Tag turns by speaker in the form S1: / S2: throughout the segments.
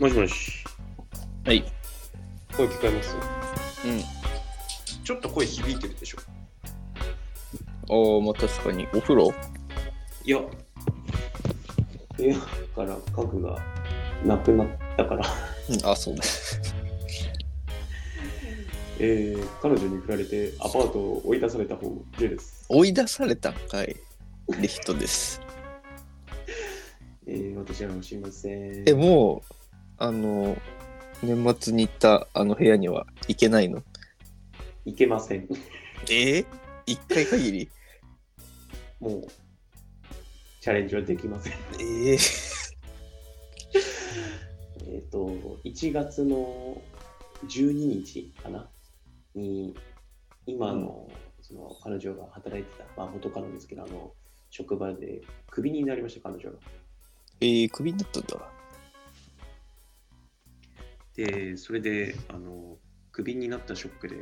S1: もしもし、
S2: はい。
S1: 声聞こえます
S2: うん。
S1: ちょっと声響いてるでしょ
S2: おお、まあ、確かに。お風呂
S1: いや、部屋から家具がなくなったから、
S2: あ、そうだ。
S1: えー、彼女に振られてアパートを追い出された方、J です。
S2: 追い出されたんかい。リヒトです。
S1: えー、私はもうすいません。
S2: え、もう、あの、年末に行ったあの部屋には行けないの
S1: いけません。
S2: え一回限り
S1: もう、チャレンジはできません。
S2: ええ
S1: えっ、と、1月の12日かなに、今の、その彼女が働いてた、まあ、元カノですけど、あの、職場でクビになりました、彼女が。
S2: えー、クビになったんだ。
S1: で、それで、あの、クビになったショックで、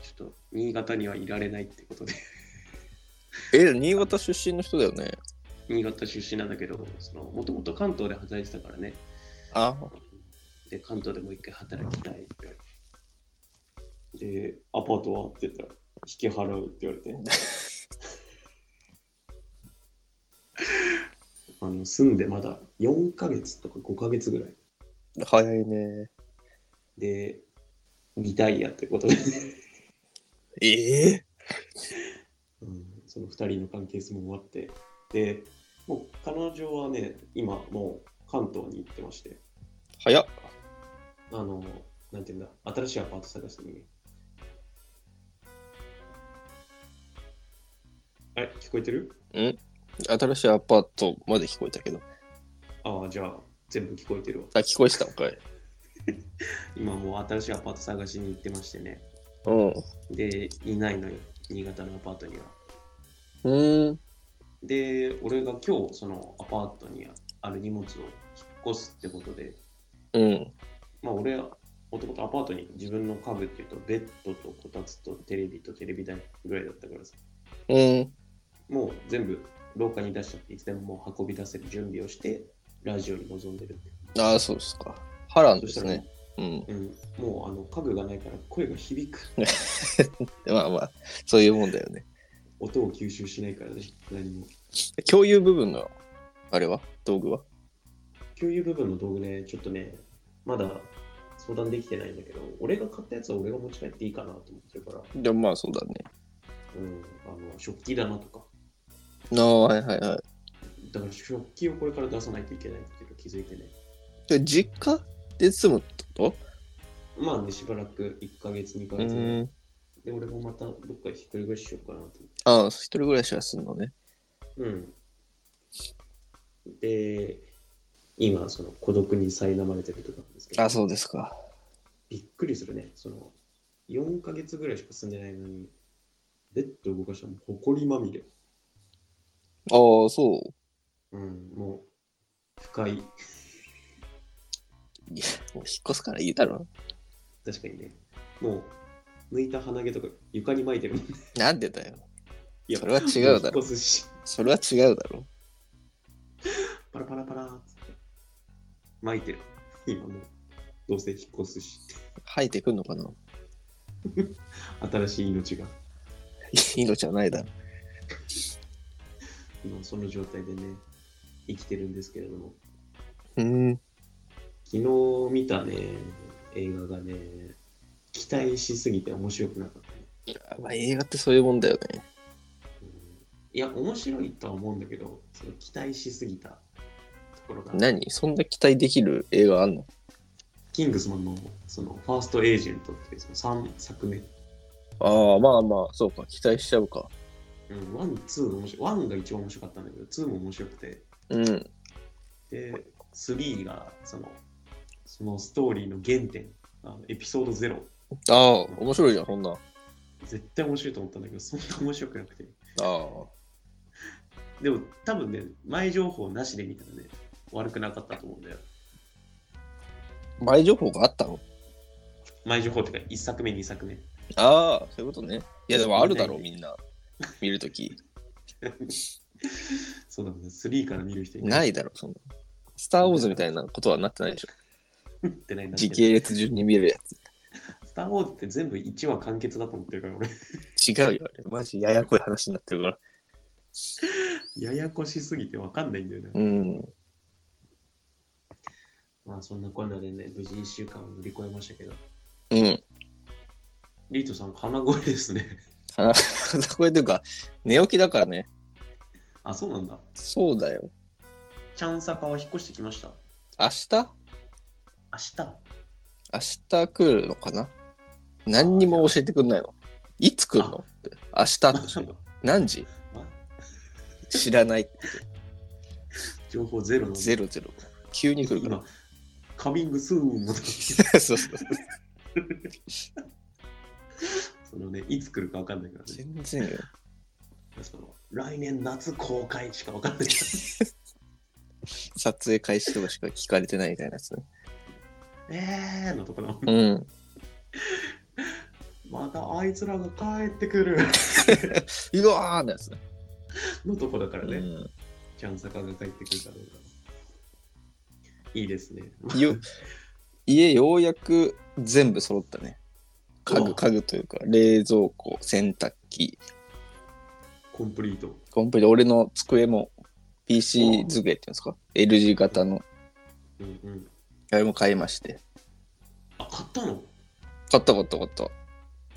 S1: ちょっと、新潟にはいられないってことで、
S2: え、新潟出身の人だよね。
S1: 新潟出身なんだけど、その、もともと関東で働いてたからね、
S2: あ、
S1: で、関東でもう一回働きたいって言われて。で、アパートはって言ったら、引き払うって言われて。 あの住んでまだ4ヶ月とか5ヶ月ぐらい
S2: 早いね。
S1: で、リタイアってことで、
S2: ええ
S1: うんその2人の関係性も終わって、で、もう彼女はね、今もう関東に行ってまして、
S2: 早っ。
S1: あの、なんていうんだ、新しいアパート探してみる。あれ、聞こえてる
S2: 新しいアパートまで聞こえたけど。
S1: ああ、じゃあ、全部聞こえてるわ。
S2: あ、聞こえてたんかい。
S1: 今もう新しいアパート探しに行ってましてね。
S2: うん。う
S1: で、いないのよ、新潟のアパートには。
S2: ーん。
S1: で、俺が今日、そのアパートにある荷物を引っ越すってことで、
S2: うん。
S1: まあ、俺はもともとアパートに自分の家具っていうと、ベッドとこたつとテレビとテレビ台ぐらいだったからさ、
S2: うん。
S1: もう全部廊下に出しちゃって、いつでももう運び出せる準備をして、ラジオに臨んでる。
S2: あ、そうですか。波乱
S1: そ
S2: で
S1: した
S2: す
S1: ら、
S2: ね。うん。
S1: うん、もうあの家具がないから声が響く。
S2: まあまあ、そういうもんだよね。
S1: 音を吸収しないからね、何も。
S2: 共有部分の、あれは道具は
S1: 共有部分の道具ね、ちょっとね、まだ相談できてないんだけど、俺が買ったやつは俺が持ち帰っていいかなと思ってるから、
S2: でもまあそうだね。
S1: うん、あの食器棚とか、
S2: ああ、はいはいはい。
S1: だから食器をこれから出さないといけないっていうの気づいてね、
S2: で実家で住むってこ
S1: まあね、しばらく1ヶ月、2ヶ
S2: と
S1: 月、
S2: ーん。
S1: で、俺もまたどっか一人暮らししようかなと
S2: ああ、一人暮らしはすんのね。
S1: 思って。うん。で、今、その孤独に苛まれてるとこなんですけど、
S2: あそうですか。
S1: びっくりするね、その、4ヶ月ぐらいしか住んでないのに、ベッド動かしたらもう埃まみれ。
S2: ああ、そう。
S1: うん、もう、不快。
S2: いや、もう引っ越すからいいだろ。
S1: 確かにね。もう、抜いた鼻毛とか床に巻いてる。
S2: なんでだよ。
S1: いや
S2: それは違うだろ
S1: 引っ越すし、
S2: それは違うだろ。
S1: パラパラパラーっつって。巻いてる。今もう、どうせ引っ越すし、
S2: 生えてくんのかな
S1: 新しい命が。
S2: 命はないだろ。
S1: 今その状態でね、生きてるんですけれども、
S2: うーん。
S1: 昨日見たね、映画がね、期待しすぎて面白くなかったね。
S2: まあ映画ってそういうもんだよね。
S1: うんいや、面白いとは思うんだけど、その期待しすぎたところが、
S2: 何そんな期待できる映画あんの
S1: キングスマンのそのファーストエージェントっていうその3作目、
S2: ああ、まあまあ、そうか。期待しちゃうか。
S1: うん、1、2面白い、1が一番面白かったんだけど、2も面白くて、
S2: うん。
S1: で、3がそのそのストーリーの原点、あのエピソード0、
S2: ああ、面白いじゃん、そんなん。あ
S1: 絶対面白いと思ったんだけど、そんな面白くなくて。
S2: あ。
S1: でも多分ね、前情報なしで見たらね、悪くなかったと思うんだよ。
S2: 前情報があったの
S1: 前情報っていうか、1作目、2作目。
S2: ああ、そういうことね。いや、でもあるだろう、みんな。見るとき。
S1: そうだね、3から見る人いない。
S2: ないだろう、そんな。スター・ウォーズみたいなことはなってないでしょ。
S1: ってないんだけ
S2: 時
S1: ど
S2: 系列順に見るや
S1: スター・ウォーズって全部1話完結だと思ってるから、俺。
S2: つ。違うよ、あれ。マジややこい話になってるから。
S1: ややこしすぎてわかんないんだよね。
S2: うん。
S1: まあそんなこんなでね、無事1週間を乗り越えましたけど。
S2: うん。
S1: リートさん、鼻声ですね。
S2: 鼻これというか、寝起きだからね。
S1: あ、そうなんだ。
S2: そうだよ。
S1: チャンサカは引っ越してきました。
S2: 明日
S1: 明日
S2: 明日来るのかな何にも教えてくんないの。いつ来るのって。明日っ て
S1: そうか
S2: 何時知らない。
S1: 情報ゼロの。
S2: ゼロゼロ。急に来るから。
S1: 今、カミングスーンの
S2: そうそうそう。
S1: そのね、いつ来るかわかんないからね。
S2: 全然よ。
S1: その来年夏公開しかわかんないから。
S2: 撮影開始とかしか聞かれてないみたいなやつね。
S1: えーのところ。
S2: うん。
S1: またあいつらが帰ってくる
S2: うわーのやつね。
S1: のとこだから
S2: う
S1: ね。
S2: ん
S1: チャンサカが帰ってくるかどうか。いいですね。
S2: よ家ようやく全部揃ったね。家
S1: うわ
S2: 具、家具というか、冷蔵庫、洗濯機、
S1: コンプリート。
S2: コンプリート俺の机も PC 机っていうんですか ?L 字型の、
S1: うんうん。
S2: あれも買いまして。
S1: あ、買ったの
S2: 買った買った買った。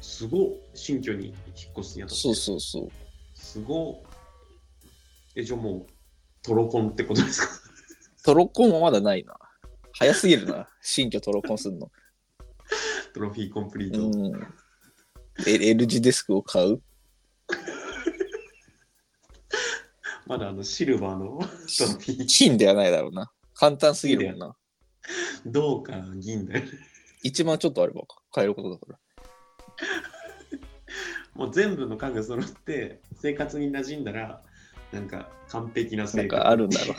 S1: すごっ新居に引っ越すにあたって。
S2: そうそうそう。
S1: すごっえ、じゃあもう、トロコンってことですか
S2: トロコンはまだないな。早すぎる な。新居トロコンするの。
S1: トロフィーコンプリー
S2: う
S1: ト。
S2: ん。え L 字デスクを買う
S1: まだあの、シルバーのトロフィー。
S2: 金ではないだろうな。簡単すぎるもんな。
S1: 銅か銀だよね。
S2: 一万ちょっとあれば買えることだから。
S1: もう全部の家具揃って、生活に馴染んだら、なんか完璧な
S2: な
S1: 生
S2: ん
S1: 活。
S2: かあるんだ ろう。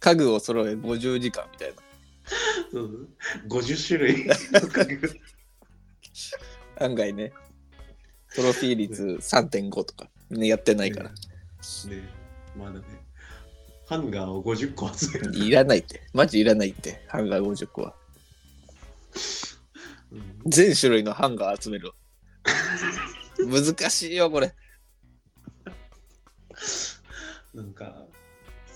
S2: 家具を揃え50時間みたいな。
S1: そう50種類の家具。
S2: 案外ね、トロフィー率3.5とか、ね、やってないから。
S1: ねまだね。ハンガーを50個集める。
S2: いらないって。マジいらないって。ハンガー50個は。
S1: うん
S2: 全種類のハンガー集 めるわ。難しいよ、これ。
S1: なんか、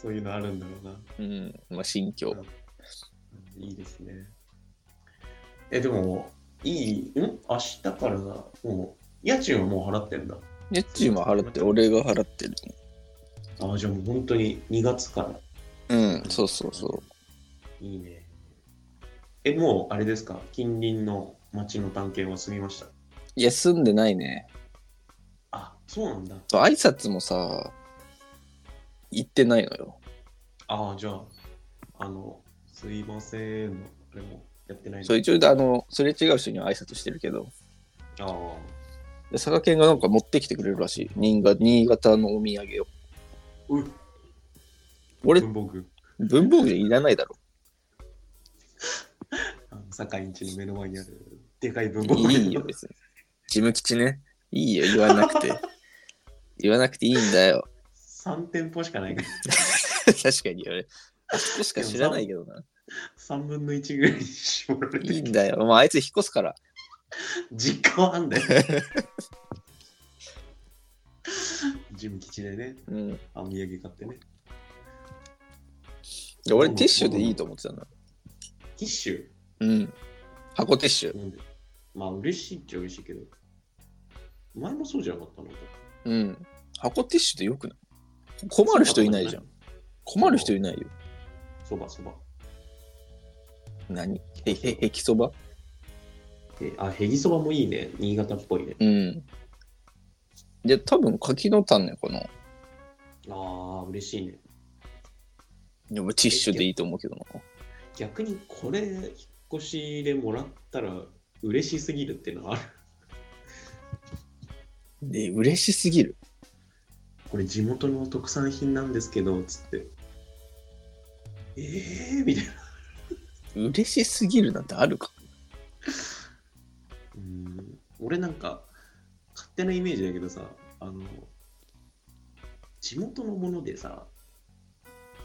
S1: そういうのあるんだろうな。
S2: うん。まあ、心境。
S1: いいですね。え、でも、いい、ん明日からな、もう、家賃はもう払ってんだ。
S2: 家賃は払って、俺が払ってる。
S1: あ、じゃあもう本当に2月から。
S2: うん、そうそうそう。
S1: いいね。え、もう、あれですか、近隣の町の探検は済みました。
S2: いや、住んでないね。
S1: あ、そうなんだ。
S2: と挨拶もさ、行ってないのよ。
S1: あ、じゃあ、あの、すいませんの、あれもやってないの
S2: そう、一応、あの、すれ違う人には挨拶してるけど、
S1: あー
S2: で佐賀県がなんか持ってきてくれるらしい。新潟新潟のお土産を。
S1: うっ、
S2: 俺、
S1: 文房具。
S2: 文房具じゃいらないだろ。
S1: あの堺んちの目の前にある、でかい文房具。
S2: いいよ、別に。事務吉ね。いいよ、言わな くて。言わなくていいんだよ。
S1: 3店舗しかないから、
S2: 確かに、俺。あそこしか知らないけどな。
S1: 3分の1ぐらいに絞られてる
S2: いいんだよ。まあ、あいつ引っ越すから。
S1: 実家はあんだ よ。ジム基地でね、
S2: うん。
S1: あお土産買ってね。
S2: で俺、ティッシュでいいと思ってたな。
S1: ティッシ
S2: うん。箱ティッシュ
S1: ュ。なんでまあ嬉しいっちゃ嬉しいけど。前もそうじゃなかったの
S2: うん。箱ティッシュでよくない困る人いないじゃん。。困る人いないよ。
S1: そばそば。
S2: 何へ、へ、へきそば
S1: えあ、へぎそばもいいね。新潟っぽいね。
S2: うん。で、多分柿の種かな。
S1: ああ、嬉しいね。
S2: でもティッシュでいいと思うけどな。
S1: 逆にこれ、引っ越しでもらったら嬉しすぎるっていうのはある。
S2: で、嬉しすぎる。
S1: これ地元の特産品なんですけど、つって。えー、みたいな。
S2: 嬉しすぎるなんてあるか。
S1: うん俺なんか勝手なイメージだけどさあの地元のものでさ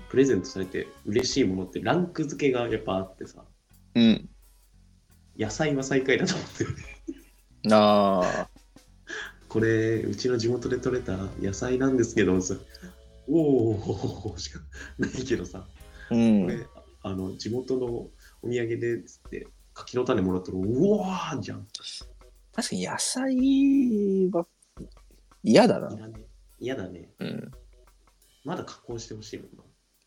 S1: プレゼントされて嬉しいものってランク付けがやっぱあってさ、
S2: うん。
S1: 野菜は最下位だと思ってる。
S2: ああ。
S1: これ、うちの地元で採れた野菜なんですけど、さおおしかないけどさ、
S2: う
S1: こ
S2: ん。
S1: れ、あの、地元のお土産で、つって、柿の種もらったら、うわーじゃん。
S2: 確かに野菜は嫌だ
S1: い
S2: な。
S1: らね嫌だね。
S2: うん。
S1: まだ加工してほしいもんな。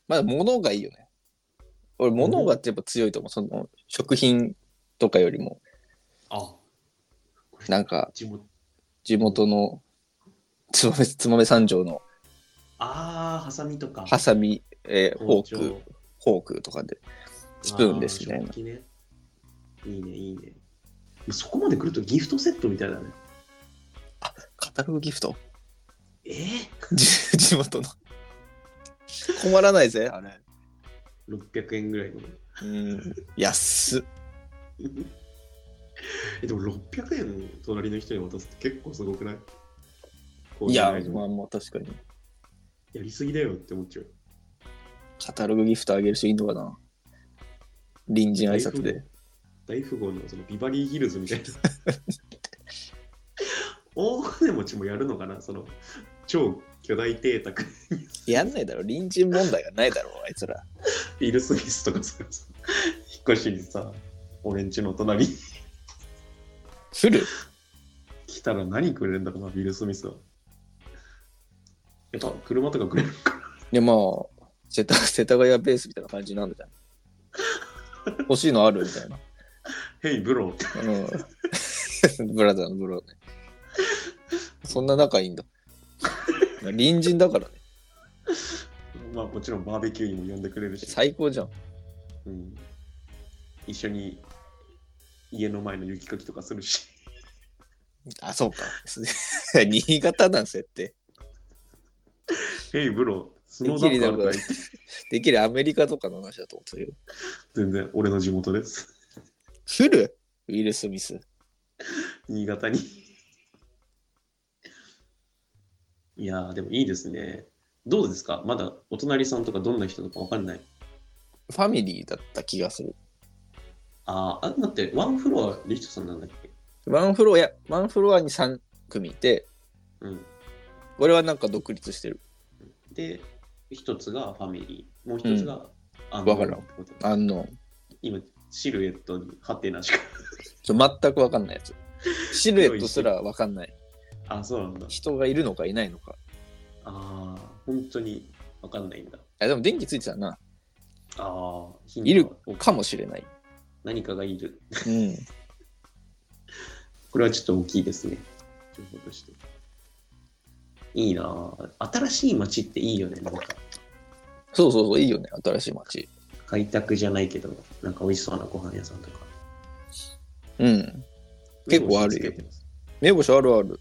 S2: まだ物がいいよね。俺、物がやっぱ強いと思う。その、食品とかよりも、
S1: あこれ
S2: なんか、
S1: 地元、
S2: 地元のつまめ、つまめ三条の
S1: あー、ハサミとか、
S2: ハサミ、えーフォ
S1: 包
S2: ー
S1: 丁
S2: ク、フォークとかで、スプーンですみたい
S1: あ
S2: な
S1: 食。器ね。いいね、いいね。そこまで来るとギフトセットみたいだね。
S2: カタログギフト
S1: えー、
S2: 地地元の。困らないぜ、あれ。
S1: 600円ぐらいの。
S2: うん。安っ。
S1: えでも600円隣の人に渡すって結構すごくないこう
S2: いや、
S1: うの
S2: まあまあ確かに。
S1: やりすぎだよって思っちゃう。
S2: カタログギフトあげる人いんのかな隣人挨拶で。
S1: 大富豪のそのビバリーヒルズ みたいな。大金持ちもやるのかなその超巨大邸宅
S2: やんないだろ、隣人問題がないだろ、あいつら。
S1: ビル・スミスとかさ、引っ越しにさ、俺んちの隣に
S2: フル
S1: 来たら何くれるんだろうな、ビル・スミスは。やっぱ車とかくれるのかない
S2: や、まあ、世田世田谷ベースみたいな感じになんだじゃん。欲しいのあるみたいな。
S1: ヘイ、ブローって。
S2: うん。 ブラザーのブローね。そんな仲いいんだ。隣人だからね。
S1: まあもちろんバーベキューにも呼んでくれるし。
S2: 最高じゃん。
S1: うん、一緒に家の前の雪かきとかするし
S2: あ、そうか。 新潟なん設定。
S1: 「ヘイブロース
S2: て
S1: ノ
S2: っ
S1: ー
S2: き
S1: ダ
S2: り
S1: ン
S2: だ
S1: クあ
S2: か
S1: るからい」
S2: できるアメリカとかの話だと思ってたけど。
S1: 全然俺の地元です
S2: フルウィル・スミス。
S1: 新潟にいやーでもいいですねどうですかまだお隣さんとかどんな人とかわかんない
S2: ファミリーだった気がする。
S1: あーあ待ってワンフロアリヒトさんなんだっけ
S2: ワンフロア、いやワンフロアに3組いて、
S1: うん
S2: 俺はなんか独立してる。
S1: で一つがファミリーもう一つが、あ
S2: わからん
S1: ってこと
S2: あの、
S1: 今シルエットにハテナしか
S2: ちょ全くわかんないやつ。シルエットすらわかん ない。
S1: あそうなんだ
S2: 人がいるのかいないのか。
S1: ああ本当にわかんないんだ
S2: あでも電気ついてたな。
S1: ああ、ヒント
S2: いるかもしれない。
S1: 何かがいる。
S2: うん。
S1: これはちょっと大きいですね。情報として。いいなぁ新しい街っていいよね。なんか、
S2: そうそうそう、いいよね、新しい街。
S1: 開拓じゃないけど、なんか美味しそうなご飯屋さんとか。
S2: うん。結構ある
S1: 目星つ
S2: よ
S1: けてます。
S2: 目星あるある。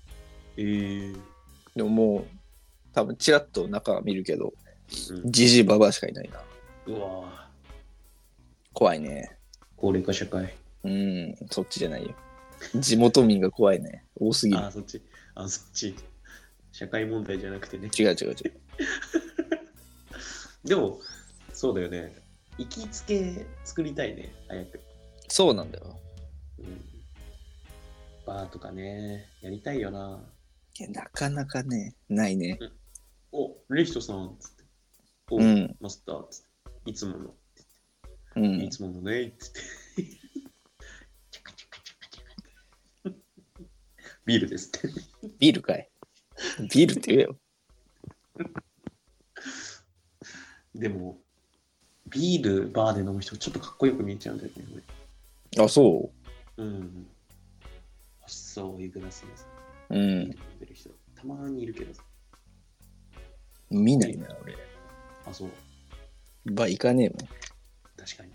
S1: えー
S2: でももう、多分チラッと中見るけど、
S1: うん
S2: じじばばしかいないな。
S1: うわぁ
S2: 怖いね。
S1: 高齢化社会。
S2: うん、そっちじゃないよ。地元民が怖いね。多すぎる
S1: あ。あ、そっち。あそっち。社会問題じゃなくてね。
S2: 違う違う違う。
S1: でも、そうだよね。行きつけ作りたいね。早く。
S2: そうなんだよ。
S1: うんバーとかね、やりたいよな。
S2: いやなかなかね、ないね。
S1: お、レヒトさん、つって。お、
S2: うん、
S1: マスター、つって。いつもの、
S2: う
S1: い
S2: ん。
S1: つものね、つって。 チャカチャカチャカチャカビールですって。
S2: ビールかい。ビールって言えよ。
S1: でも、ビール、バーで飲む人、ちょっとかっこよく見えちゃうんだよね。俺
S2: あ、そ
S1: うん。細いグラスでさ、
S2: う。う
S1: ビー
S2: ん
S1: ル。飲んでる人、たまにいるけどさ。
S2: 見ないな、俺。
S1: あ、そう。
S2: ば、行かねえもん。
S1: 確かに。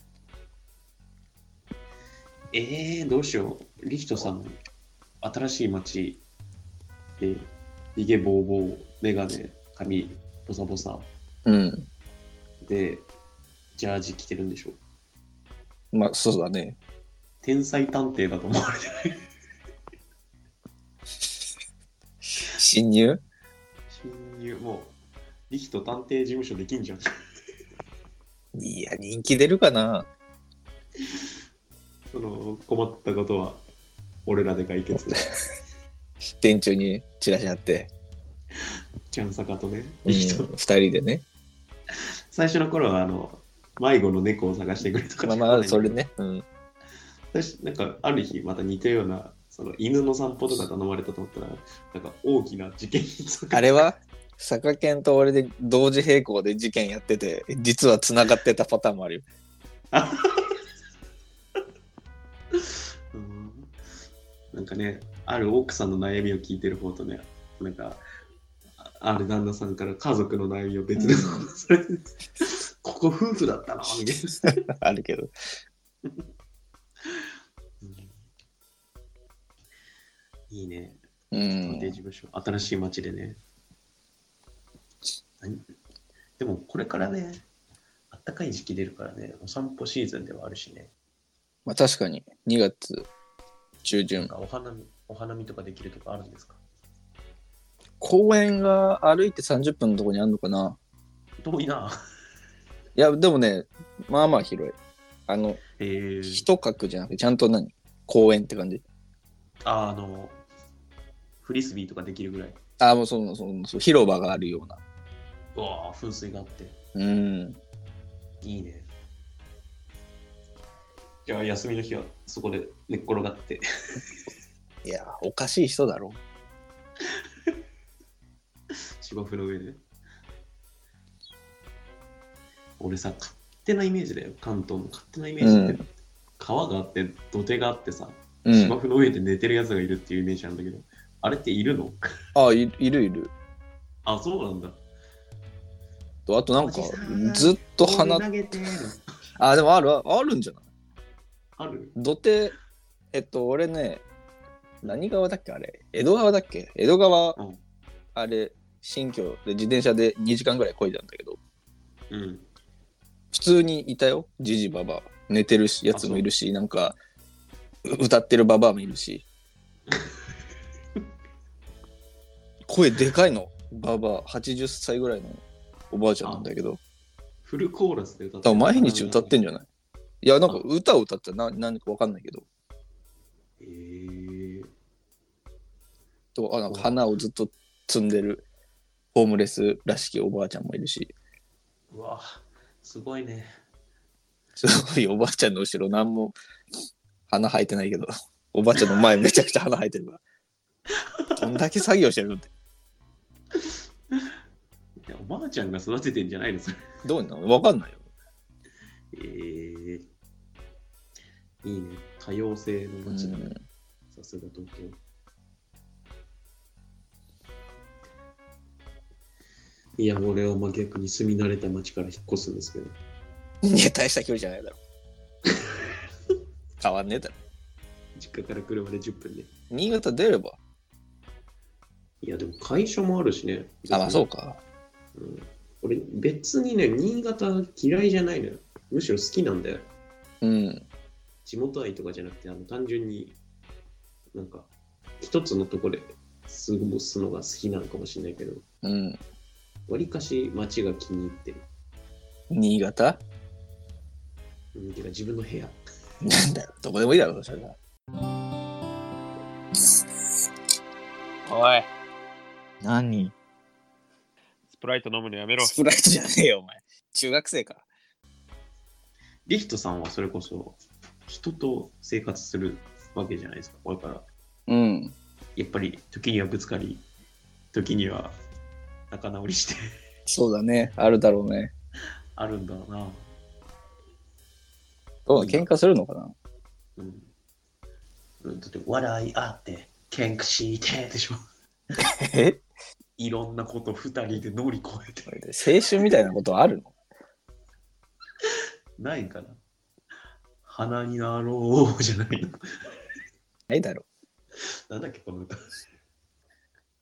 S1: えー、どうしよう。リヒトさん、新しい街で、ヒゲボーボー、メガネ、髪、ボサボサ
S2: うん。
S1: で、ジャージ着てるんでしょう。
S2: まあ、そうだね。
S1: 天才探偵だと思われてない。
S2: 侵入
S1: 侵入、もう、リヒト探偵事務所できんじゃん。
S2: いや、人気出るかな。
S1: その困ったことは俺らで解決
S2: 電柱にチラシ貼って、
S1: ちゃんさかとね、
S2: うん、
S1: 人
S2: 2人で ね。
S1: 最初の頃はあの迷子の猫を探してくれとか
S2: まあまあ、それね。うん。
S1: 私なんかある日また似たようなその犬の散歩とか頼まれたと思ったらなんか大きな事件につ
S2: あれは佐賀県と俺で同時並行で事件やってて、実は繋がってたパターンもあるよ。
S1: うんなんかねある奥さんの悩みを聞いてる方とねなんかあある旦那さんから家族の悩みを別の方
S2: う
S1: に それでここ夫婦だったのみたい な。
S2: あるけど。
S1: いいね。
S2: う
S1: 探
S2: ん
S1: 偵。事務所、新しい街でね。何でもこれからね、あったかい時期出るからね、お散歩シーズンではあるしね、
S2: まあ確かに、2月中
S1: な
S2: 旬
S1: ん。かお花見お花見とかできるとかあるんですか
S2: 公園が歩いて30分のとこにあるのかな。
S1: 遠いな。
S2: いや、でもね、まあまあ広い。あの、
S1: えー、
S2: 一角じゃなくて、ちゃんと何公園って感じ。
S1: ああの、フリスビーとかできるぐらい。
S2: あ、もうその、その、その広場があるような。
S1: うわあ、噴水があって。
S2: うん。
S1: いいね。じゃあ、休みの日はそこで寝っ転がって。
S2: いや、おかしい人だろ。
S1: 芝生の上で俺さ勝手なイメージだよ関東の勝手なイメージって、
S2: う
S1: 川があって土手があってさ
S2: う
S1: 芝
S2: ん。
S1: 生の上で寝てるやつがいるっていうイメージなんだけど、あれっているの
S2: あ、いいるいる。
S1: あそうなんだ
S2: とあとなん
S1: お
S2: か
S1: じさん、
S2: ずっと
S1: ボー
S2: 鼻
S1: ル、投げての
S2: あ、でもある、ああるんじゃない
S1: ある
S2: 土手、えっと、俺ね、何川だっけあれ、江戸川だっけ江戸川、
S1: うん
S2: あれ、新居で自転車で2時間ぐらい漕いだんだけど、
S1: うん
S2: 普通にいたよ、じじばば。寝てるしやつもいるし、なんか、う歌ってるばばあもいるし。声でかいの、ばばあ、80歳ぐらいのおばあちゃんなんだけど、
S1: フルコーラスで歌っ
S2: 多分毎日歌ってん
S1: ん
S2: じゃないいや、なんか歌を歌ってな何かわかんないけど、
S1: へえ
S2: とあなんか花をずっと摘んでるホームレスらしきおばあちゃんもいるし、
S1: うわすごいね
S2: すご いおばあちゃんの後ろ何も花生えてないけど、おばあちゃんの前め ちゃくちゃ花生えてるから。どんだけ作業してるのって。
S1: いやおばあちゃんが育ててんじゃないのそれ
S2: どうなのわかんないよ。
S1: えー、いいね多様性の街だね、
S2: うん
S1: さすが東京。いや、俺は真逆に住み慣れた町から引っ越すんですけど。
S2: いや、大した距離じゃないだろ。変わんねえだろ。
S1: 実家から車で10分で。
S2: 新潟出れば。
S1: いや、でも会社もあるしね。
S2: あ、まあそうか。
S1: うん俺、別にね、新潟嫌いじゃないのよ。むしろ好きなんだよ。
S2: うん。
S1: 地元愛とかじゃなくて、あの単純に、なんか、一つのとこで過ごすのが好きなのかもしれないけど、
S2: うん。
S1: わりかし町が気に入ってる。
S2: 新潟
S1: うん、てか自分の部屋。
S2: なんだよ。どこでもいいだろ、それならおい。何
S3: スプライト飲むのやめろ。
S2: スプライトじゃねえよ、お前。中学生か。
S1: リヒトさんはそれこそ人と生活するわけじゃないですか。だから、
S2: うん。
S1: やっぱり時にはぶつかり、時には仲直りして
S2: そうだね。あるだろうね。
S1: あるんだろうな。
S2: どうだ喧嘩するのかな
S1: うん。うんだって、笑いあって、喧嘩してでしょ。
S2: え
S1: いろんなこと二人で乗り越えて。
S2: 青春みたいなことあるの
S1: ないんかな。花になろうじゃないの。
S2: ないだろ。
S1: なんだっけ、この歌。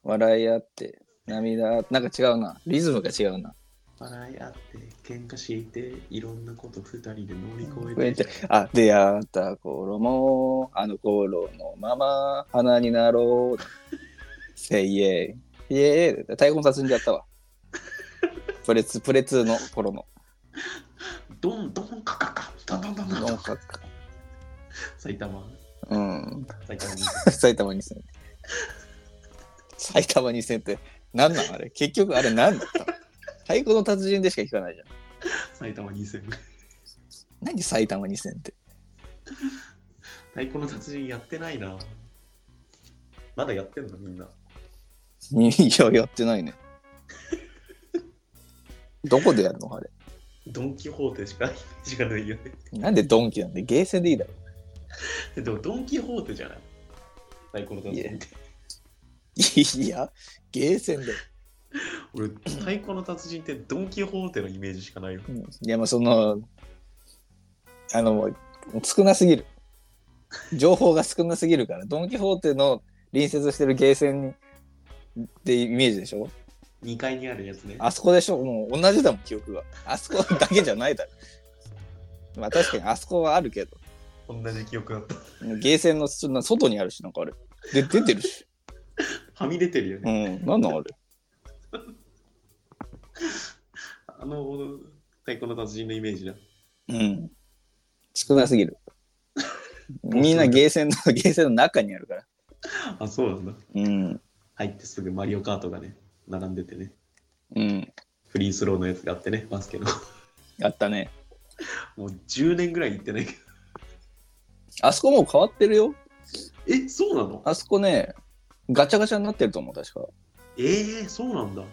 S2: 笑い合って、涙あって、なんか違うな。リズムが違うな。
S1: 笑いあって、喧嘩して、いろんなこと二人で乗り
S2: こう
S1: 越
S2: やっ
S1: え
S2: て
S1: て。
S2: あ、出会った頃も、あの頃のまま、花になろう。 せいえい。イエーイ太鼓の達人でやったわ。プレツ、プレツーの頃の。
S1: どんどんかかか、どんどんどんどん
S2: なんか
S1: 埼玉、
S2: うん。
S1: 埼玉に。
S2: 埼玉2000。埼玉2000って何なんあれ結局あれ何だったの太鼓の達人でしか聞かないじゃん。
S1: 埼玉2000。
S2: 何埼玉2000って。
S1: 太鼓の達人やってないな。まだやってんのみんな。
S2: いや、やってないね。どこでやるのあれ。
S1: ドン・キホーテしかイメージがないよね。
S2: なんでドンキなんでゲーセンでいいだろ。
S1: でもドン・キホーテじゃない太鼓の達人って。
S2: いや、ゲーセンで。
S1: 俺、太鼓の達人ってドン・キホーテのイメージしかないよ。
S2: うんいや、まあその、あの、もう少なすぎる。情報が少なすぎるから、ドン・キホーテの隣接してるゲーセンってイメージでしょ
S1: 2階にあるやつね。
S2: あそこでしょもう同じだもん、記憶が。あそこだけじゃないだ ろ。まあ確かにあそこはあるけど、
S1: 同じ記憶だった。
S2: ゲーセンのそんな外にあるし、なんかあれ。で、出てるし。
S1: はみ出てるよね。
S2: うん、なんなんあれ。
S1: あの、太鼓の達人のイメージだ。
S2: うん。少なすぎる。みんなゲーセンの、 ゲーセンの中にあるから。
S1: あ、そうなんだ。
S2: うん。
S1: 入ってすぐマリオカートがね、並んでてね。
S2: うん。
S1: フリースローのやつがあってね、バスケの。
S2: あったね。
S1: もう10年ぐらい行ってないけど。
S2: あそこもう変わってるよ。
S1: え、そうなの
S2: あそこね、ガチャガチャになってると思う、確か。
S1: ええそうなんだ。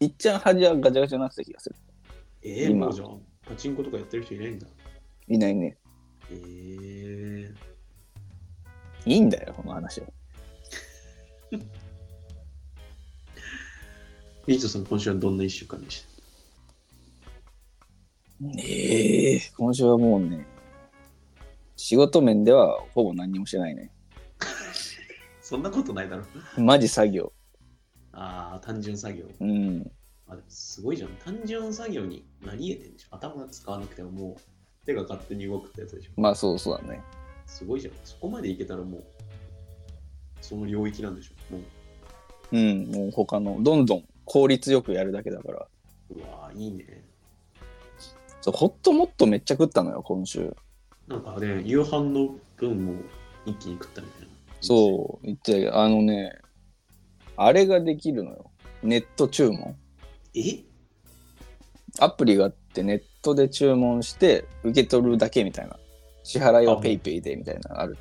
S2: いっちゃん端はガチャガチャになってた気がする。
S1: ええ
S2: 今
S1: もうじゃあ、パチンコとかやってる人いないんだ。
S2: いないね。
S1: ええ
S2: いいんだよ、この話は。
S1: リートさん、今週はどんな1週間でした
S2: ええ今週はもうね、仕事面ではほぼ何にもしてないね。
S1: そんなことないだろ。
S2: マジ作業。
S1: ああ、単純作業。
S2: うん。
S1: あでもすごいじゃん。単純作業になり得てんじゃん。頭使わなくてももう手が勝手に動くってやつでしょ。
S2: まあそうそうだね。
S1: すごいじゃん。そこまでいけたらもう、その領域なんでしょ。も
S2: うん、もう他の、どんどん効率よくやるだけだから。
S1: う、うわーいいね。
S2: そう、ホットモットめっちゃ食ったのよ、今週。
S1: なんかね、夕飯の分も一気に食ったみたいな。
S2: そう、言ってたけど、あのね、あれができるのよ。ネット注文。
S1: う。え
S2: アプリがあってネットで注文して受け取るだけみたいな支払い
S1: あ
S2: は
S1: もう
S2: PayPay でみたいなのある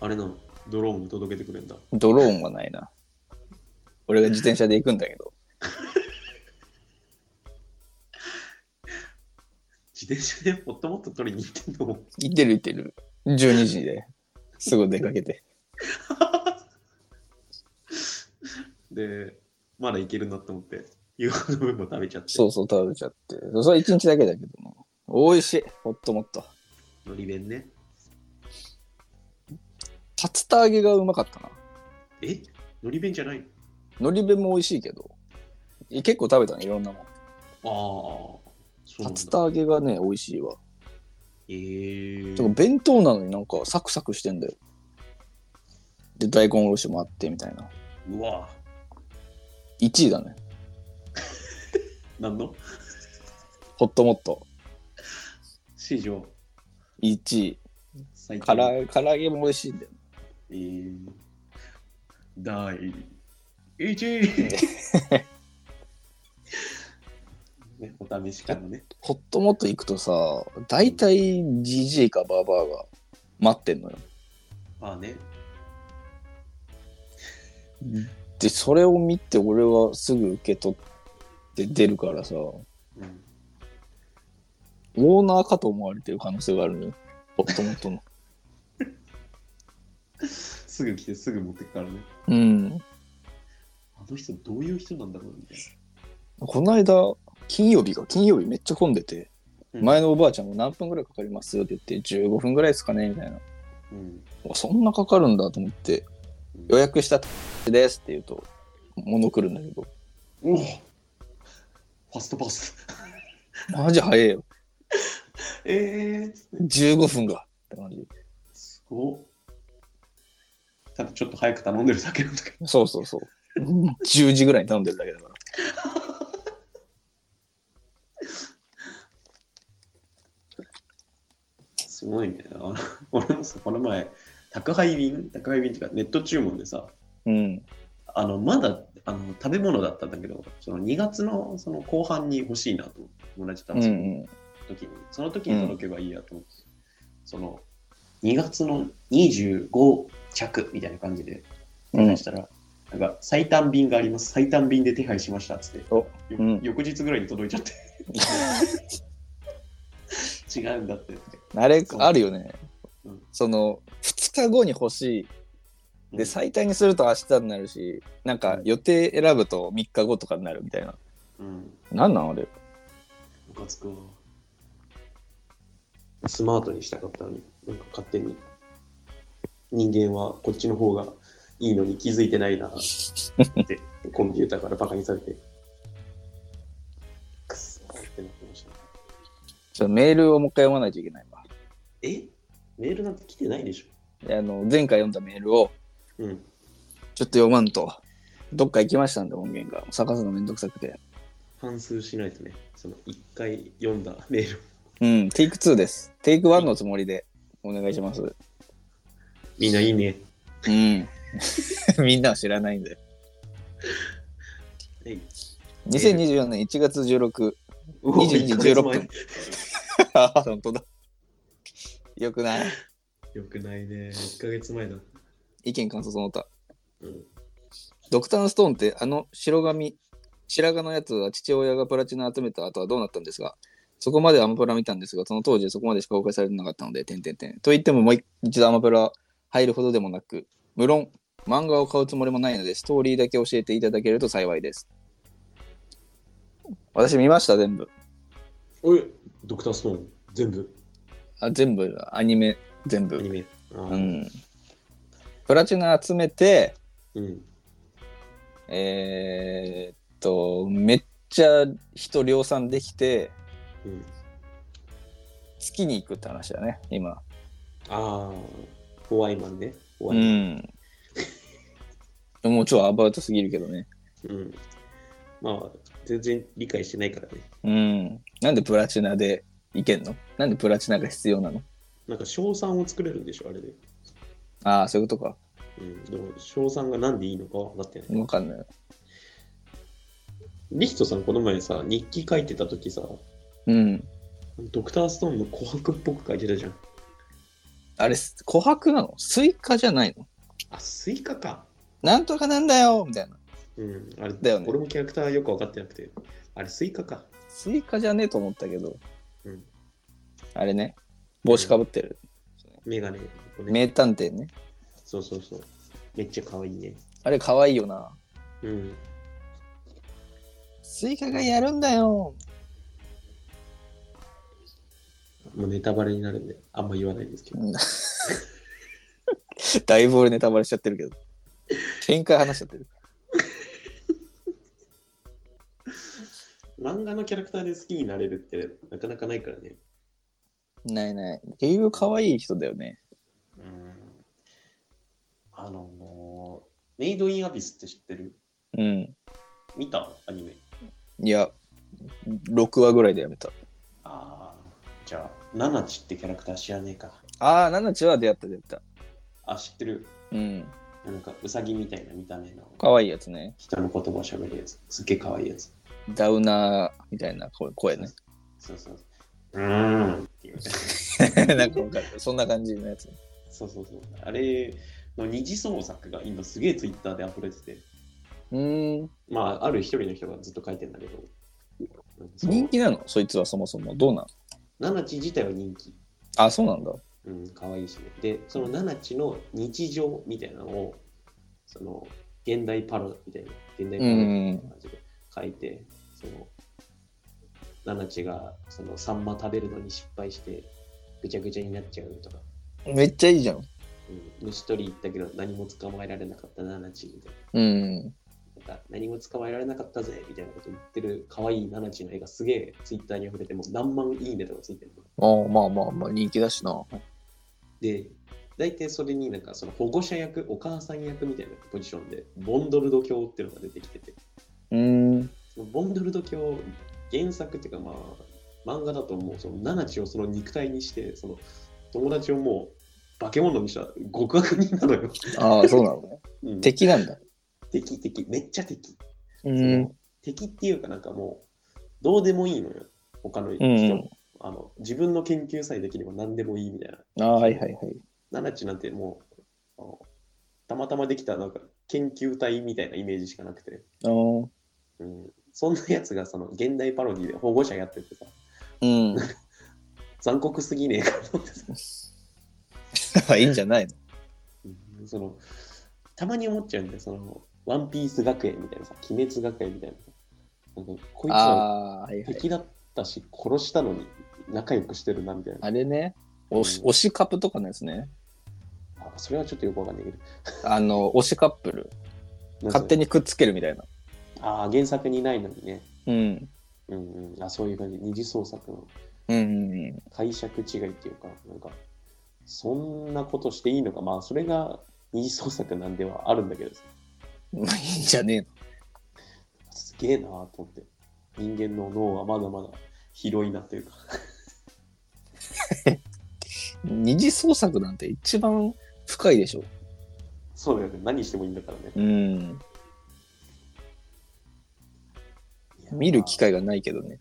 S1: あれなのドローンを届けてくれんだ。
S2: ドローンはないな俺が自転車で行くんだけど
S1: 自転車でもっともっと取りに行ってんのも。
S2: 行ってる行ってる12時ですぐ出かけて
S1: で、まだいけるなと思って、夕飯の分も食べちゃって、
S2: そうそう食べちゃってそれは1日だけだけども美味しいほっともっと
S1: のり弁ね。
S2: 竜田揚げがうまかったな
S1: えのり弁じゃない
S2: 海苔弁も美味しいけどえ結構食べたねいろんなもん
S1: ああ、そうなん
S2: 竜
S1: だ。
S2: 田揚げがね美味しいわ
S1: えー、
S2: でも弁当なのになんかサクサクしてんだよで大根おろしもあってみたいな
S1: うわ
S2: 1位だね。
S1: なんの
S2: ホットモット。
S1: 史上
S2: 1位。
S1: 最
S2: 唐揚唐揚げも美味しいんだよ。
S1: えー、第1位 ね、お試しからね。
S2: ホットモット行くとさ、大体ジジイかバーバーが待ってんのよ。
S1: まあね、
S2: で、それを見て俺はすぐ受け取って出るからさ、オ
S1: うん、
S2: ーナーかと思われてる可能性があるのよ。ホットモットの。
S1: すぐ来てすぐ持ってくからね。
S2: うん。
S1: あの人どういう人なんだろうみたい
S2: この間、金曜日が金曜日めっちゃ混んでて、
S1: な。
S2: 前のおばあちゃんも何分ぐらいかかりますよって言って、15分ぐらいですかねみたいな。
S1: うん、
S2: あそんなかかるんだと思って、
S1: うん
S2: 予約したですって言うと、物来るんだけど、
S1: おおファストパス。
S2: マジ早いよ。
S1: えー、
S2: 15分が。って感じ。
S1: すごっ多分ちょっと早く頼んでるだけなんだけど。
S2: そうそうそう。10時ぐらいに頼んでるだけだから。
S1: すごいね。 あの俺もさ、この前、宅配便、宅配便っていうか、ネット注文でさ、
S2: うん。
S1: あのまだあの食べ物だったんだけど、その2月のその後半に欲しいなと思って、友達と
S2: うんう
S1: 話す
S2: ん。
S1: 時に、その時に届けばいいやと思って、その2月の25着みたいな感じで
S2: う
S1: 出
S2: ん
S1: し。たら、なんか最短便があります、最短便で手配しましたっつって、
S2: お
S1: よ
S2: うん
S1: 翌日ぐらいに届いちゃ って、違うんだって。
S2: あれ
S1: そう
S2: あるよね
S1: うん。
S2: その2日後に欲しいで最短にすると明日になるしなんか予定選ぶと3日後とかになるみたいな
S1: うん、
S2: なんなんあれ
S1: ムカつくわ。スマートにしたかったのに、なんか勝手に。人間はこっちの方がいいのに気づいてないな って、コンピューターからバカにされて。くっそーってなってました。
S2: ちょメールをもう一回読まないといけないわ
S1: えメールなんて来てないでし
S2: であの前回読んだメールを
S1: ょ。うん。
S2: ちょっと読まんとどっか行きましたんで音源が探すのめんどくさくて
S1: 反数しないとね、その一回読んだメール。
S2: うんテイク2ですテイク1のつもりでお願いしますう
S1: みんないいね。
S2: ん みんなは知らないんで
S1: えい
S2: 2024年1月16
S1: うお
S2: 22
S1: 一ヶ月前
S2: 16分ああ本当だよくない
S1: よくないね。1ヶ月前だ。
S2: 意見感想その他
S1: うん。
S2: ドクターストーンってあの白髪白髪のやつは父親がプラチナ集めた後はどうなったんですがそこまでアマプラ見たんですがその当時そこまでしか公開されてなかったので点点点と言ってももう一度アマプラ入るほどでもなく無論漫画を買うつもりもないのでストーリーだけ教えていただけると幸いです私見ました全部
S1: おい、ドクターストーン、全部。
S2: あ全部アニメ全
S1: アニ
S2: 部
S1: メ。あー
S2: うんプラチナ集めて
S1: うん。
S2: えーっと、めっちゃ人量産できて、
S1: うん。
S2: 月に行くって話だね、今。
S1: ああ、ホワイマンね。ホ
S2: う
S1: ワイマン。
S2: ん。もう超アバウトすぎるけどね。
S1: うん。まあ、全然理解してないからね。
S2: うん。なんでプラチナでいけんのなんでプラチナが必要なの
S1: なんか、賞賛を作れるんでしょ、あれで。
S2: ああ、そういうことか。
S1: うん。でも、賞賛がなんでいいのかは分かってない。
S2: わかんない。
S1: リヒトさん、この前さ、日記書いてた時さ、
S2: うん。
S1: ドクターストーンの琥珀っぽく書いてたじゃん。
S2: あれ、琥珀なのスイカじゃないの
S1: あ、スイカか。
S2: なんとかなんだよみたいな。
S1: うん。あれ、
S2: だよね
S1: 俺もキャラクターよく分かってなくて。あれ、スイカか。
S2: スイカじゃねえと思ったけど、
S1: うん。
S2: あれね、帽子かぶってる。
S1: メガネ。これね
S2: 名探偵ね。
S1: そうそうそう。めっちゃ可愛いね。
S2: あれ、可愛いよな。
S1: うん。
S2: スイカがやるんだよ。
S1: もうネタバレになるんで、あんま言わないですけど。
S2: だいぶ俺ネタバレしちゃってる けど。展開話しちゃってる。
S1: 漫画のキャラクターで好きになれるってなかなかないからね。
S2: ないない。結局可愛い人だよね。
S1: うん。あのーメイドインアビスって知ってる
S2: うん。
S1: 見たアニメ。
S2: いや、6話ぐらいでやめた。
S1: ああ。じゃあ、ナナチってキャラクター知らねえか。
S2: ああ、ナナチは出会った出会った。
S1: あ、知ってる。
S2: うん。
S1: なんか、ウサギみたいな見た目の
S2: 可愛いやつね。
S1: 人の言葉を喋るやつ。すっげえ可愛いやつ。
S2: ダウナーみたいな声声 ね。
S1: そうそうそう。うーんっていう。
S2: なんかわかる。そんな感じのやつ。
S1: そうそうそう。あれの二次創作が今すげえツイッターで溢れてて、
S2: うーん。
S1: まあ、ある一人の人がずっと書いてんだけど、そう
S2: 人気なのそいつはそもそも。どうなの
S1: ナナチ自体は人気。
S2: あ、そうなんだ。
S1: うん、可愛いしね。で、そのナナチの日常みたいなのを、その、現代パロみたいな、現代パロみたいな感じで書いて、その、ナナチが、その、サンマ食べるのに失敗して、ぐちゃぐちゃになっちゃうとか、
S2: めっちゃいいじゃん。
S1: うん、虫取り行ったけど何も捕まえられなかったナナチみたいな。
S2: うん。
S1: なんか何も捕まえられなかったぜみたいなこと言ってる可愛いナナチの絵がすげえツイッターに溢れてもう何万いいねとかついてるの。
S2: ああ、まあまあまあ人気だしな。
S1: で、大体それになんかその保護者役、お母さん役みたいなポジションで、ボンドルド教っていうのが出てきてて、
S2: うーん。
S1: そのボンドルド教、原作っていうかまあ、漫画だともうそのナナチをその肉体にして、その友達をもう化け物にした極悪人なのよ。
S2: ああ、そうなのね。
S1: うん、
S2: 敵なんだ。
S1: 敵、敵、めっちゃ敵。そ
S2: うん
S1: の。敵っていうかなんかもうどうでもいいのよ他の人、
S2: うんうん
S1: あの自分の研究さえできれば何でもいいみたいな
S2: ああ、はいはいはい。
S1: ナナチなんてもうあのたまたまできたなんか研究隊みたいなイメージしかなくて、
S2: あの
S1: うん、そんなやつがその現代パロディで保護者やっててさ
S2: うん。
S1: 残酷すぎねえかと思ってさ、
S2: いいんじゃないの
S1: うんそのたまに思っちゃうんだよそのワンピース学園みたいなさ鬼滅学園みたいななんかこいつは
S2: ああー、はいはい。
S1: 敵だったし殺したのに仲良くしてるなみたいな
S2: あれね。推し推しカップとかのやつね。
S1: あそれはちょっとよくわかんないけど。
S2: あの、推しカップル。勝手
S1: に。
S2: にくっつけるみたいな。
S1: ああ、原作にないのにね。
S2: うん。
S1: うんうん。あそういう感じ。二次創作の
S2: うんうんうん。
S1: 解釈違いっていうか、なんか、そんなことしていいのか。まあ、それが二次創作なんではあるんだけどさ、
S2: まあいいんじゃねえの
S1: すげえなーと思って。人間の脳はまだまだ広いなというか。
S2: 二次創作なんて一番深いでしょ。
S1: そうだよね。何してもいいんだからね。
S2: うん。見る機
S1: 会。
S2: 会がないけどね。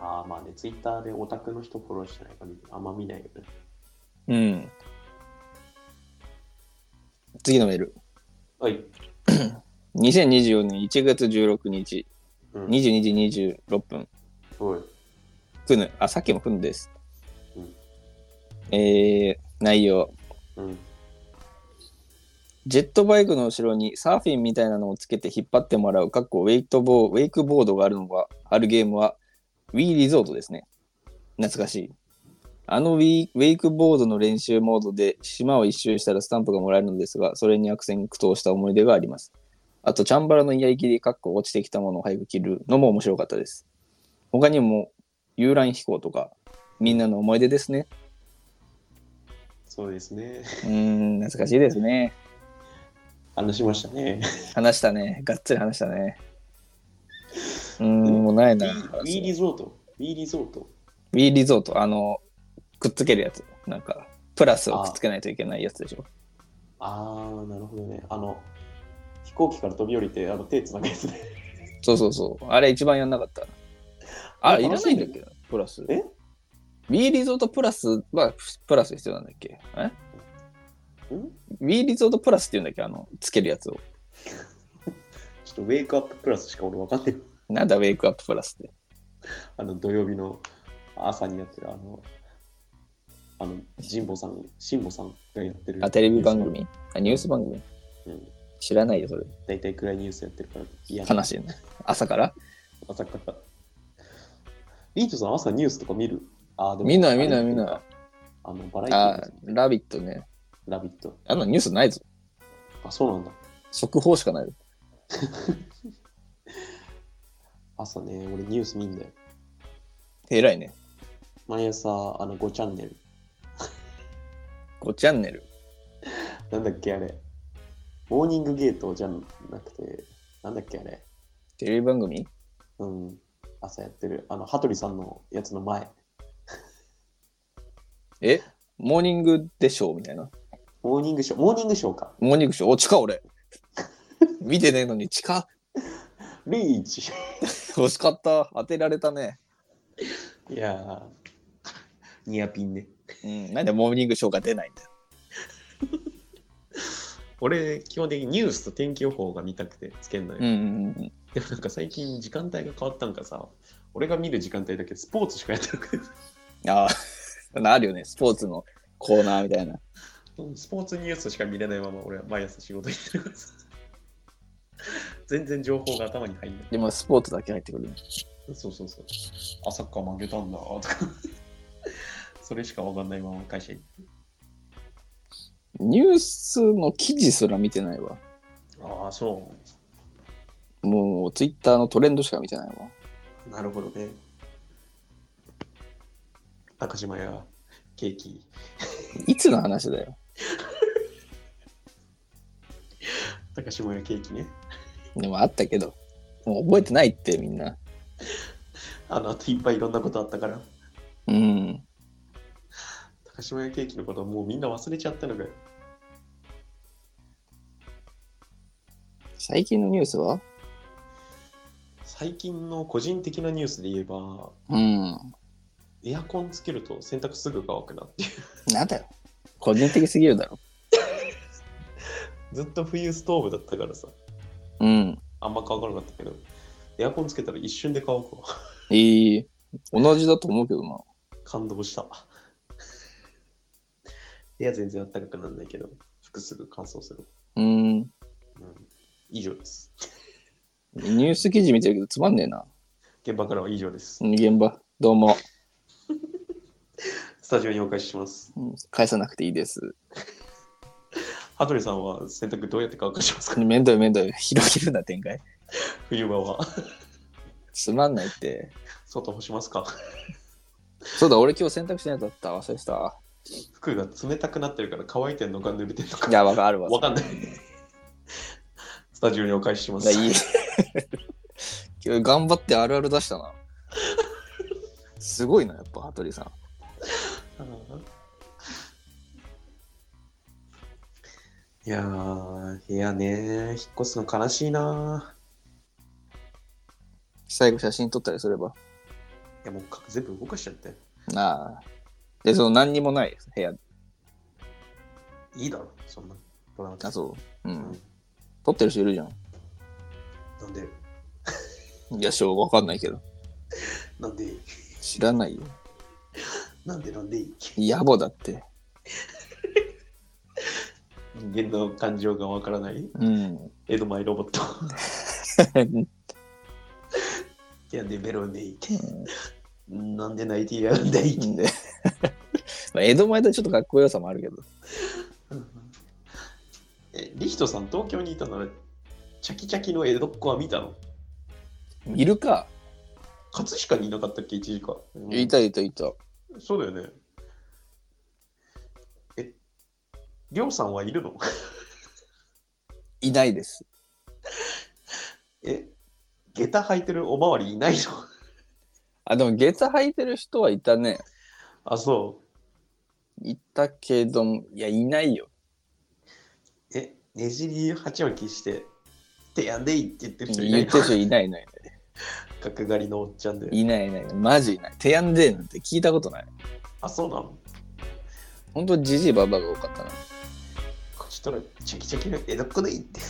S1: ああ、まあね、ツイッターでオタクの人フォローしてないから、あんま見ないよね。
S2: うん。次のメール。
S1: はい。
S2: 2024年1月16日、
S1: うん。
S2: 22時26分、
S1: おい。
S2: くぬ、あ、さっきもくぬです。
S1: うん
S2: えー、内容。
S1: うん。
S2: ジェットバイクの後ろにサーフィンみたいなのをつけて引っ張ってもらう、かっこウェイトボー、ウェイクボードがあるのは、あるゲームは、Wii リゾートですね。懐かしい。あの Wii、ウェイクボードの練習モードで島を一周したらスタンプがもらえるのですが、それに悪戦苦闘した思い出があります。あと、チャンバラのやりきり、かっこ落ちてきたものを早く切るのも面白かったです。他にも、遊覧飛行とか、みんなの思い出ですね。
S1: そうですね。
S2: うーん、懐かしいですね。
S1: 話しましたね。
S2: 話したね。がっつり話したね。うーん、もうないな。
S1: ウィーリゾート。ウィーリゾート。
S2: ウィーリゾート、あの、くっつけるやつ。なんか、プラスをくっつけないといけないやつでしょ。
S1: ああ、なるほどね。あの、飛行機から飛び降りて、あの手つなぐやつ ね。
S2: そうそうそう。あれ一番やんなかった。あれ、い
S1: いや
S2: らないんだっけなプラス。ウ
S1: え
S2: ィーリゾートプラスは、プラス必要なんだっけえ
S1: ん
S2: ウィーリゾートプラスって言うんだっけあの、つけるやつを。
S1: ちょっとウェイクアッププラスしか俺わかんない。
S2: なんだ、ウェイクアッププラスって。
S1: あの、土曜日の朝にやってる、あの、あの、ジンボさん、シンボさんがやってる。
S2: あ、テレビ番。組あ、ニュース番組
S1: うん。
S2: 知らないよ、それ。
S1: 大体暗いニュースやってるから、いや、
S2: 悲しいね。朝から
S1: 朝から。リートさん、朝ニュースとか見るあーでも
S2: 見ない見ない見ない
S1: あれあの、バラエ
S2: あ
S1: ティー、
S2: ラビットね。
S1: ラビット。
S2: あんなニュースないぞ。
S1: あ、そうなんだ。
S2: 速報しかない。
S1: 朝ね、俺ニュース見んだよ。
S2: 偉いね。
S1: 毎朝、あの、5チャンネル。
S2: 5チャンネル。
S1: なんだっけあれ。モーニングゲートじゃなくて、なんだっけあれ。
S2: テレビ番組
S1: うん。朝やってる。あの、羽鳥さんのやつの前。
S2: えモーニングでしょみたいな。
S1: モーニングショー。モーニングショーか。
S2: モーニングショー。お、近っ 俺。見てねえのに近っ。
S1: リーチ。
S2: 惜しかった。当てられたね。
S1: いやー。ニアピンね。
S2: うん。なんでモーニングショーが出ないんだよ。
S1: 俺、基本的にニュースと天気予報が見たくてつけんのよ。
S2: うんうんうん。
S1: でもなんか最近時間帯が変わったんかさ、俺が見る時間帯だけスポーツしかやってなくて、
S2: あ あ、あるよね。スポーツのコーナーみたいな。
S1: うんスポーツニュースしか見れないまま俺は毎朝仕事行ってるからさ。全然情報が頭に入んない。
S2: でもスポーツだけ入ってくるね。
S1: そうそうそう。あ、サッカー負けたんだ とか。それしかわかんないまま会社に。
S2: ニュースの記事すら見てないわ。
S1: ああ、そ
S2: もうツイッターのトレンドしか見てないわ。
S1: う。なるほどね。高島屋、ケーキ。
S2: いつの話だよ。
S1: 高島屋ケーキね。
S2: でもあったけど。もう覚えてないってみんな。
S1: あの、あといっぱいいろんなことあったから。
S2: うん。
S1: 高島屋ケーキのことはもうみんな忘れちゃったのかよ。
S2: 最近のニュースは
S1: 最近の個人的なニュースで言えば、
S2: うん。
S1: エアコンつけると洗濯すぐ乾くなっていう。
S2: なんだよ。個人的すぎるだろ。
S1: ずっと冬ストーブだったからさ、
S2: うん。
S1: あんま乾かなかったけど、エアコンつけたら一瞬で乾くわ。
S2: いい。同じだと思うけどな。
S1: 感動した。部屋全然暖かくならないけど、服すぐ乾燥する。
S2: うん。
S1: うん、以上です。
S2: ニュース記事見てるけどつまんねえな。
S1: 現場からは以上です。
S2: うん現場。どうも。
S1: スタジオにお返しします。
S2: うん返さなくていいです。
S1: 羽鳥さんは洗濯どうやって乾かしますか
S2: めんどいめんどい。広げるな展開。
S1: 冬場は
S2: つまんないって。
S1: 外干しますか
S2: そうだ、俺今日洗濯しないとだった。忘れてた。
S1: 服が冷たくなってるから乾いてんのか濡れてんのか
S2: いや、わかるわ。
S1: わかんない。 スタジオにお返ししま
S2: い
S1: す。
S2: やいい。今日頑張ってあるある出したな。すごいな、やっぱ、羽鳥さん。
S1: うん いやー、部屋ね、引っ越すの悲しいな
S2: 最後写真撮ったりすれば。
S1: いや、もうか全部動かしちゃって。
S2: なあ。で、その何にもないです、部屋。
S1: いいだろ、そんな。取らなくて
S2: あ、そう。う
S1: うん
S2: ん。撮ってる人いるじゃ
S1: なんで、
S2: ん。いや、しょうがわかんないけど。
S1: なんで、
S2: 知らないよ。
S1: なんで、なんで、
S2: 野暮だって。
S1: 人間の感情がわからない
S2: うん。
S1: 江戸前ロボット。 いや、で、ベロで、なんで泣いてやるんだい
S2: でまあ江戸前とちょっとかっこよさもあるけど
S1: え、リヒトさん、東京にいたなら、チャキチャキの江戸っ子は見たの
S2: いるか
S1: 葛飾にいなかったっけ、一時間。
S2: いたいたいた
S1: そうだよね。え、りょうさんはいるの
S2: いないです
S1: え、下駄履いてるおまわりいないの
S2: あでも下駄履いてる人はいたね
S1: あ、そ
S2: いたけどもいやいないよ
S1: う。え、ねじり鉢巻きして、てやんでいって言ってる人いな
S2: 言
S1: い
S2: っ
S1: の
S2: てる人いないのよ
S1: 角刈りのおっちゃんで。
S2: いないいないマジいない手やんでーなんて聞いたことない
S1: あ、そうなの
S2: ほんとじじいばばが多かったな
S1: こっちとら、チャキチャキの江戸っ子でいって。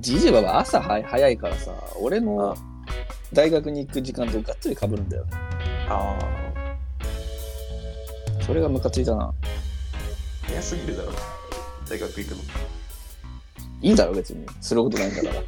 S2: じじいばば朝は早いからさ俺の大学に行く時間とがっつりかぶるんだよね
S1: ああ、
S2: それがムカついたな
S1: 早すぎるだろ。大学行くの。
S2: いいだろ別にすることないんだから